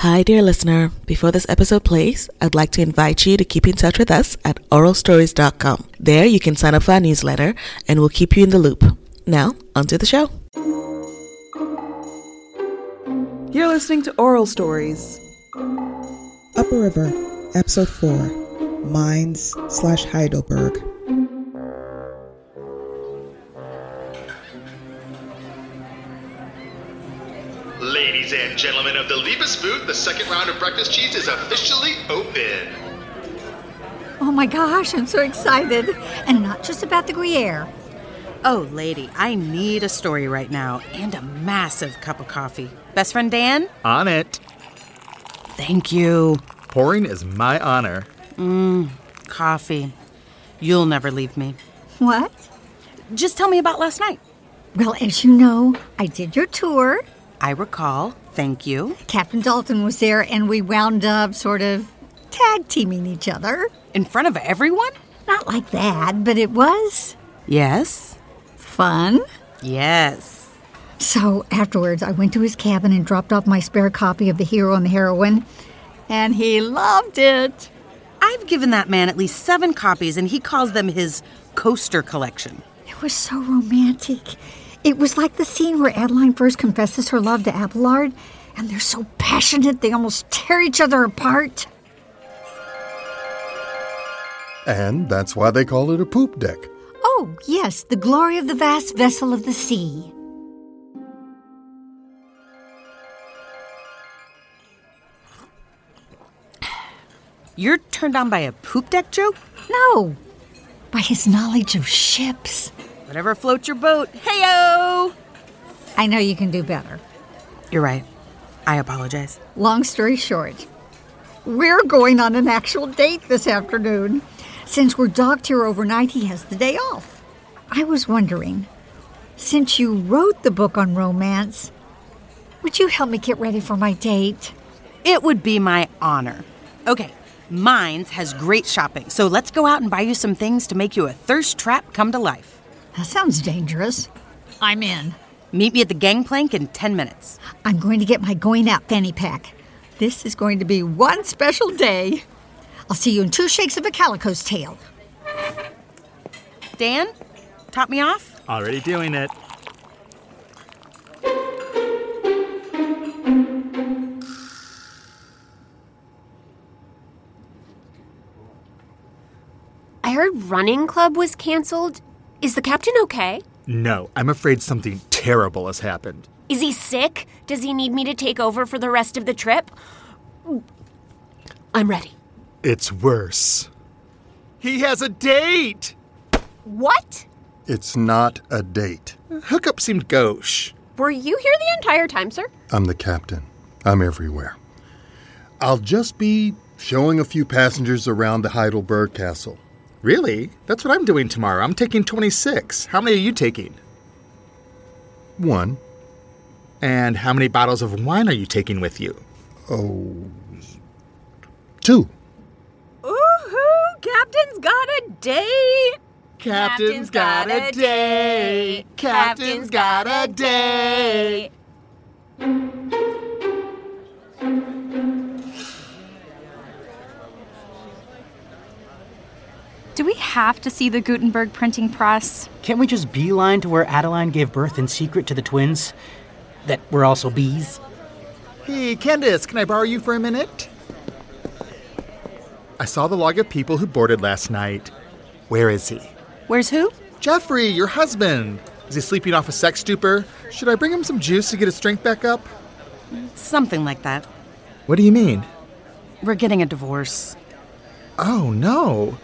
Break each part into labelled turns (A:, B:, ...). A: Hi, dear listener. Before this episode plays, I'd like to invite you to keep in touch with us at oralstories.com. There, you can sign up for our newsletter and we'll keep you in the loop. Now, onto the show.
B: You're listening to Oral Stories.
C: Upper River, Episode 4 Mines slash Heidelberg.
D: Ladies and gentlemen of the Levis booth, the second round of breakfast cheese is officially open.
E: Oh my gosh, I'm so excited. And not just about the Gruyere.
F: Oh, lady, I need a story right now and a massive cup of coffee. Best friend Dan?
G: On it.
F: Thank you.
G: Pouring is my honor.
F: Coffee. You'll never leave me.
E: What?
F: Just tell me about last night.
E: Well, as you know, I did your tour.
F: I recall. Thank you.
E: Captain Dalton was there, and we wound up sort of tag teaming each other.
F: In front of everyone?
E: Not like that, but it was
F: Yes.
E: fun.
F: Yes.
E: So afterwards, I went to his cabin and dropped off my spare copy of The Hero and the Heroine, and he loved it.
F: I've given that man at least seven copies, and he calls them his coaster collection.
E: It was so romantic. It was like the scene where Adeline first confesses her love to Abelard, and they're so passionate they almost tear each other apart.
H: And that's why they call it a poop deck.
E: Oh, yes, the glory of the vast vessel of the sea.
F: You're turned on by a poop deck joke?
E: No, by his knowledge of ships.
F: Whatever floats your boat. Heyo!
E: I know you can do better.
F: You're right. I apologize.
E: Long story short, we're going on an actual date this afternoon. Since we're docked here overnight, he has the day off. I was wondering, since you wrote the book on romance, would you help me get ready for my date?
F: It would be my honor. Okay, Mines has great shopping, so let's go out and buy you some things to make you a thirst trap come to life.
E: That sounds dangerous. I'm in.
F: Meet me at the gangplank in 10 minutes.
E: I'm going to get my going out fanny pack. This is going to be one special day. I'll see you in two shakes of a calico's tail.
F: Dan, top me off?
G: Already doing it.
I: I heard running club was canceled. Is the captain okay?
G: No, I'm afraid something terrible has happened.
I: Is he sick? Does he need me to take over for the rest of the trip? I'm ready.
H: It's worse.
G: He has a date!
I: What?
H: It's not a date.
G: Hookup seemed gauche.
I: Were you here the entire time, sir?
H: I'm the captain. I'm everywhere. I'll just be showing a few passengers around the Heidelberg Castle.
G: Really? That's what I'm doing tomorrow. I'm taking 26. How many are you taking?
H: One.
G: And how many bottles of wine are you taking with you?
H: Oh. Two.
F: Ooh, Captain's got a date!
G: Captain's got a day. Captain's got a day.
J: Do we have to see the Gutenberg printing press?
K: Can't we just beeline to where Adeline gave birth in secret to the twins that were also bees?
G: Hey, Candace, can I borrow you for a minute? I saw the log of people who boarded last night. Where is he?
F: Where's who?
G: Jeffrey, your husband. Is he sleeping off a sex stupor? Should I bring him some juice to get his strength back up?
F: Something like that.
G: What do you mean?
F: We're getting a divorce.
G: Oh, no.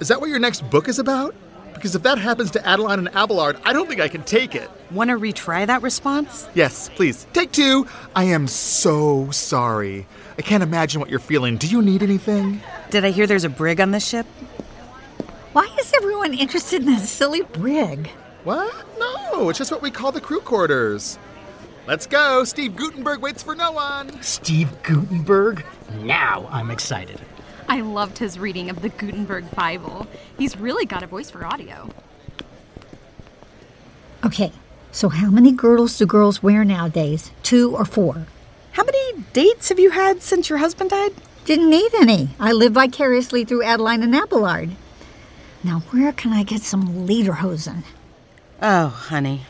G: Is that what your next book is about? Because if that happens to Adeline and Abelard, I don't think I can take it.
F: Want to retry that response?
G: Yes, please. Take two. I am so sorry. I can't imagine what you're feeling. Do you need anything?
F: Did I hear there's a brig on this ship?
E: Why is everyone interested in that silly brig?
G: What? No, it's just what we call the crew quarters. Let's go. Steve Gutenberg waits for no one.
K: Steve Gutenberg? Now I'm excited.
J: I loved his reading of the Gutenberg Bible. He's really got a voice for audio.
E: Okay, so how many girdles do girls wear nowadays? Two or four?
F: How many dates have you had since your husband died?
E: Didn't need any. I live vicariously through Adeline and Abelard. Now, where can I get some lederhosen?
F: Oh, honey.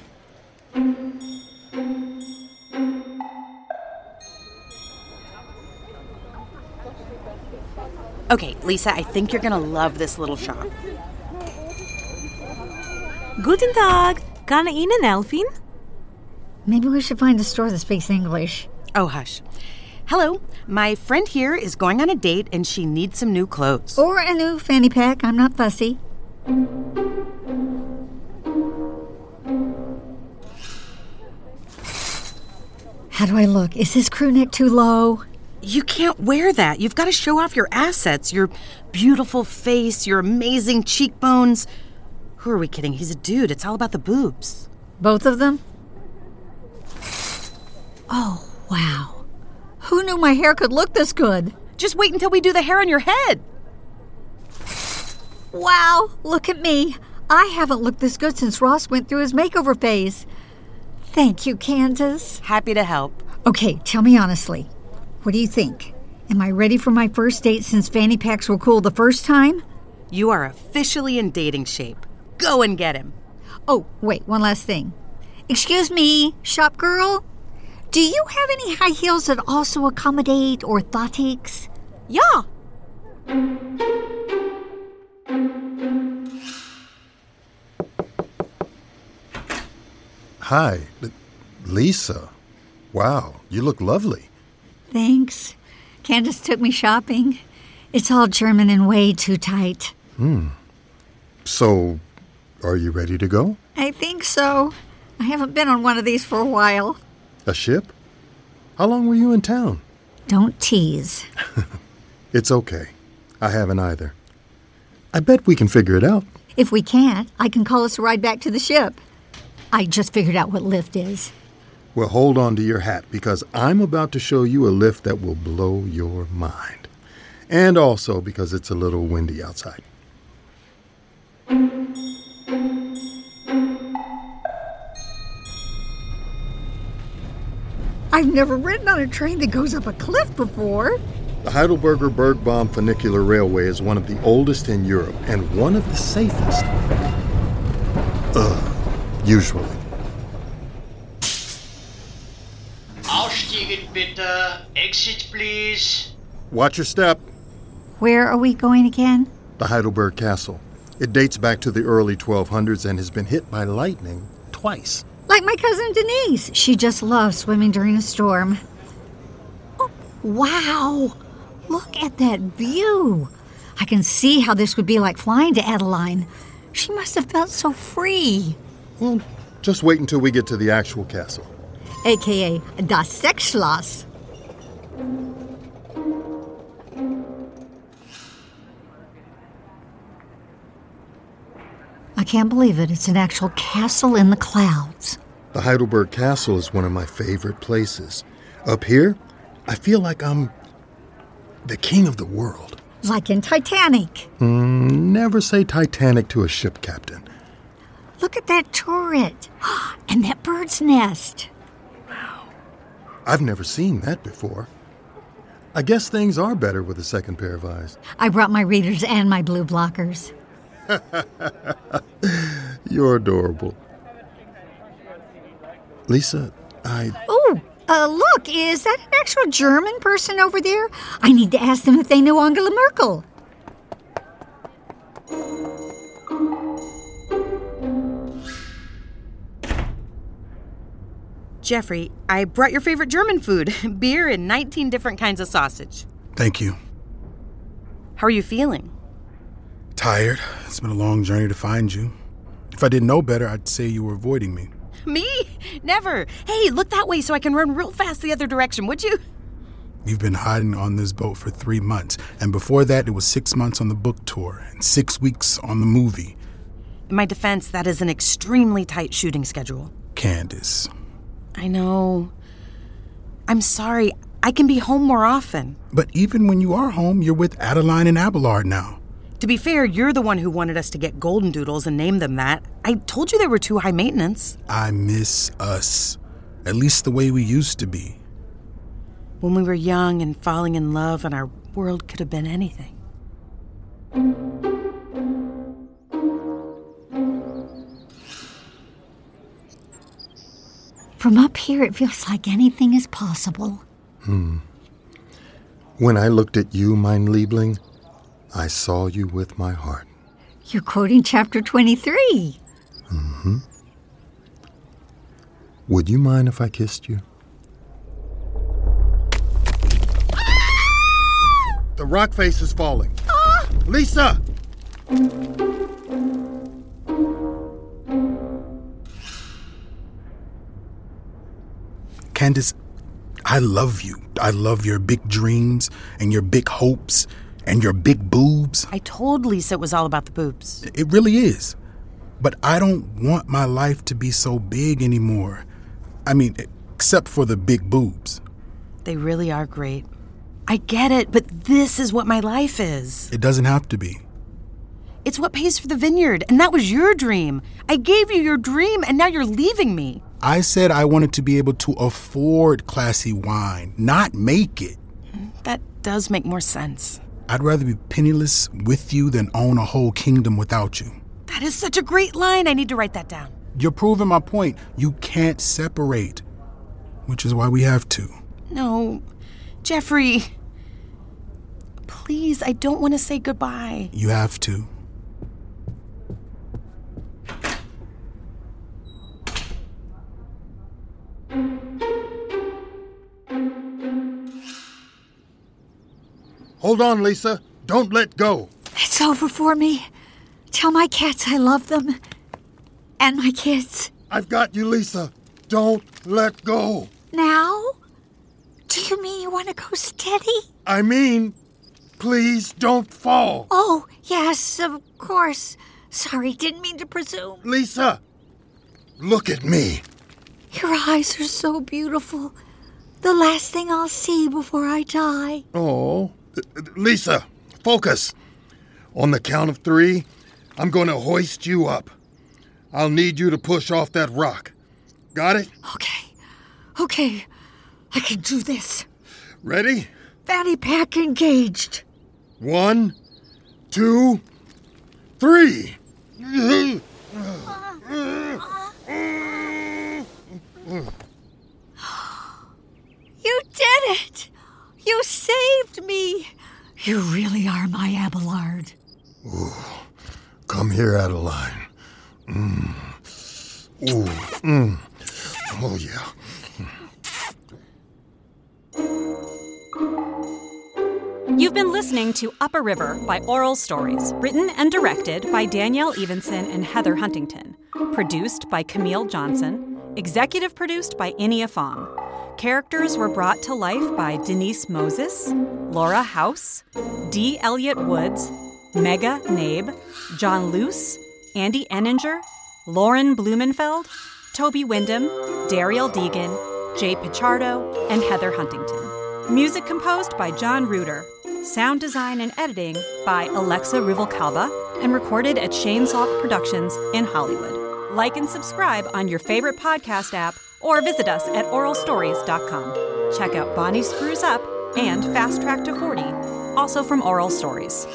F: Okay, Lisa, I think you're gonna love this little shop.
L: Guten Tag. Kann Ihnen helfen?
E: Maybe we should find a store that speaks English.
F: Oh, hush. Hello, my friend here is going on a date and she needs some new clothes.
E: Or a new fanny pack. I'm not fussy. How do I look? Is this crew neck too low?
F: You can't wear that. You've got to show off your assets your beautiful face, your amazing cheekbones. Who are we kidding? He's a dude. It's all about the boobs.
E: Both of them? Oh, wow. Who knew my hair could look this good?
F: Just wait until we do the hair on your head.
E: Wow, look at me. I haven't looked this good since Ross went through his makeover phase. Thank you, Candace.
F: Happy to help.
E: Okay, tell me honestly. What do you think? Am I ready for my first date since fanny packs were cool the first time?
F: You are officially in dating shape. Go and get him.
E: Oh, wait, one last thing. Excuse me, shop girl. Do you have any high heels that also accommodate orthotics?
L: Yeah.
H: Hi, L- Lisa. Wow, you look lovely.
E: Thanks. Candace took me shopping. It's all German and way too tight.
H: Hmm. So, are you ready to go?
E: I think so. I haven't been on one of these for a while.
H: A ship? How long were you in town?
E: Don't tease.
H: It's okay. I haven't either. I bet we can figure it out.
E: If we can't, I can call us a ride back to the ship. I just figured out what lift is.
H: Well, hold on to your hat because I'm about to show you a lift that will blow your mind. And also because it's a little windy outside.
E: I've never ridden on a train that goes up a cliff before.
H: The Heidelberger Bergbaum Funicular Railway is one of the oldest in Europe and one of the safest. Ugh, usually.
M: Ausstiegen bitte. Exit please.
H: Watch your step.
E: Where are we going again?
H: The Heidelberg Castle. It dates back to the early 1200s and has been hit by lightning twice.
E: Like my cousin Denise. She just loves swimming during a storm. Oh, wow! Look at that view. I can see how this would be like flying to Adeline. She must have felt so free.
H: Well, just wait until we get to the actual castle.
E: AKA Das Sexschloss. I can't believe it. It's an actual castle in the clouds.
H: The Heidelberg Castle is one of my favorite places. Up here, I feel like I'm the king of the world.
E: Like in Titanic.
H: Mm, never say Titanic to a ship captain.
E: Look at that turret and that bird's nest.
H: I've never seen that before. I guess things are better with a second pair of eyes.
E: I brought my readers and my blue blockers.
H: You're adorable. Lisa, I.
E: Oh, uh, look, is that an actual German person over there? I need to ask them if they know Angela Merkel.
F: Jeffrey, I brought your favorite German food beer and 19 different kinds of sausage.
N: Thank you.
F: How are you feeling?
N: Tired. It's been a long journey to find you. If I didn't know better, I'd say you were avoiding me.
F: Me? Never. Hey, look that way so I can run real fast the other direction, would you?
N: You've been hiding on this boat for three months, and before that, it was six months on the book tour and six weeks on the movie.
F: In my defense, that is an extremely tight shooting schedule.
N: Candace,
F: I know. I'm sorry. I can be home more often.
N: But even when you are home, you're with Adeline and Abelard now.
F: To be fair, you're the one who wanted us to get golden doodles and name them that. I told you they were too high maintenance.
N: I miss us. At least the way we used to be.
F: When we were young and falling in love, and our world could have been anything.
E: From up here, it feels like anything is possible.
H: Hmm. When I looked at you, mein Liebling, I saw you with my heart.
E: You're quoting chapter 23.
H: hmm Would you mind if I kissed you? The rock face is falling. Lisa!
N: Candace, I love you. I love your big dreams and your big hopes and your big boobs.
F: I told Lisa it was all about the boobs.
N: It really is. But I don't want my life to be so big anymore. I mean, except for the big boobs.
F: They really are great. I get it, but this is what my life is.
N: It doesn't have to be.
F: It's what pays for the vineyard, and that was your dream. I gave you your dream, and now you're leaving me.
N: I said I wanted to be able to afford classy wine, not make it.
F: That does make more sense.
N: I'd rather be penniless with you than own a whole kingdom without you.
F: That is such a great line. I need to write that down.
N: You're proving my point. You can't separate, which is why we have to.
F: No, Jeffrey. Please, I don't want to say goodbye.
N: You have to.
H: Hold on, Lisa. Don't let go.
E: It's over for me. Tell my cats I love them. And my kids.
H: I've got you, Lisa. Don't let go.
E: Now? Do you mean you want to go steady?
H: I mean, please don't fall.
E: Oh, yes, of course. Sorry, didn't mean to presume.
H: Lisa, look at me.
E: Your eyes are so beautiful. The last thing I'll see before I die.
H: Oh, Lisa, focus. On the count of three, I'm going to hoist you up. I'll need you to push off that rock. Got it?
E: Okay. Okay. I can do this.
H: Ready?
E: Fanny pack engaged.
H: One, two, three.
E: You did it! You saved me! You really are my Abelard.
H: Ooh, come here, Adeline. Mm. Ooh, mm. Oh, yeah.
O: You've been listening to Upper River by Oral Stories, written and directed by Danielle Evenson and Heather Huntington, produced by Camille Johnson, executive produced by Inia Fong. Characters were brought to life by Denise Moses, Laura House, D. Elliott Woods, Mega Nabe, John Luce, Andy Enninger, Lauren Blumenfeld, Toby Wyndham, Dariel Deegan, Jay Pichardo, and Heather Huntington. Music composed by John Reuter. Sound design and editing by Alexa Ruvalcaba and recorded at Shane Salk Productions in Hollywood. Like and subscribe on your favorite podcast app or visit us at oralstories.com. Check out Bonnie Screws Up and Fast Track to 40, also from Oral Stories.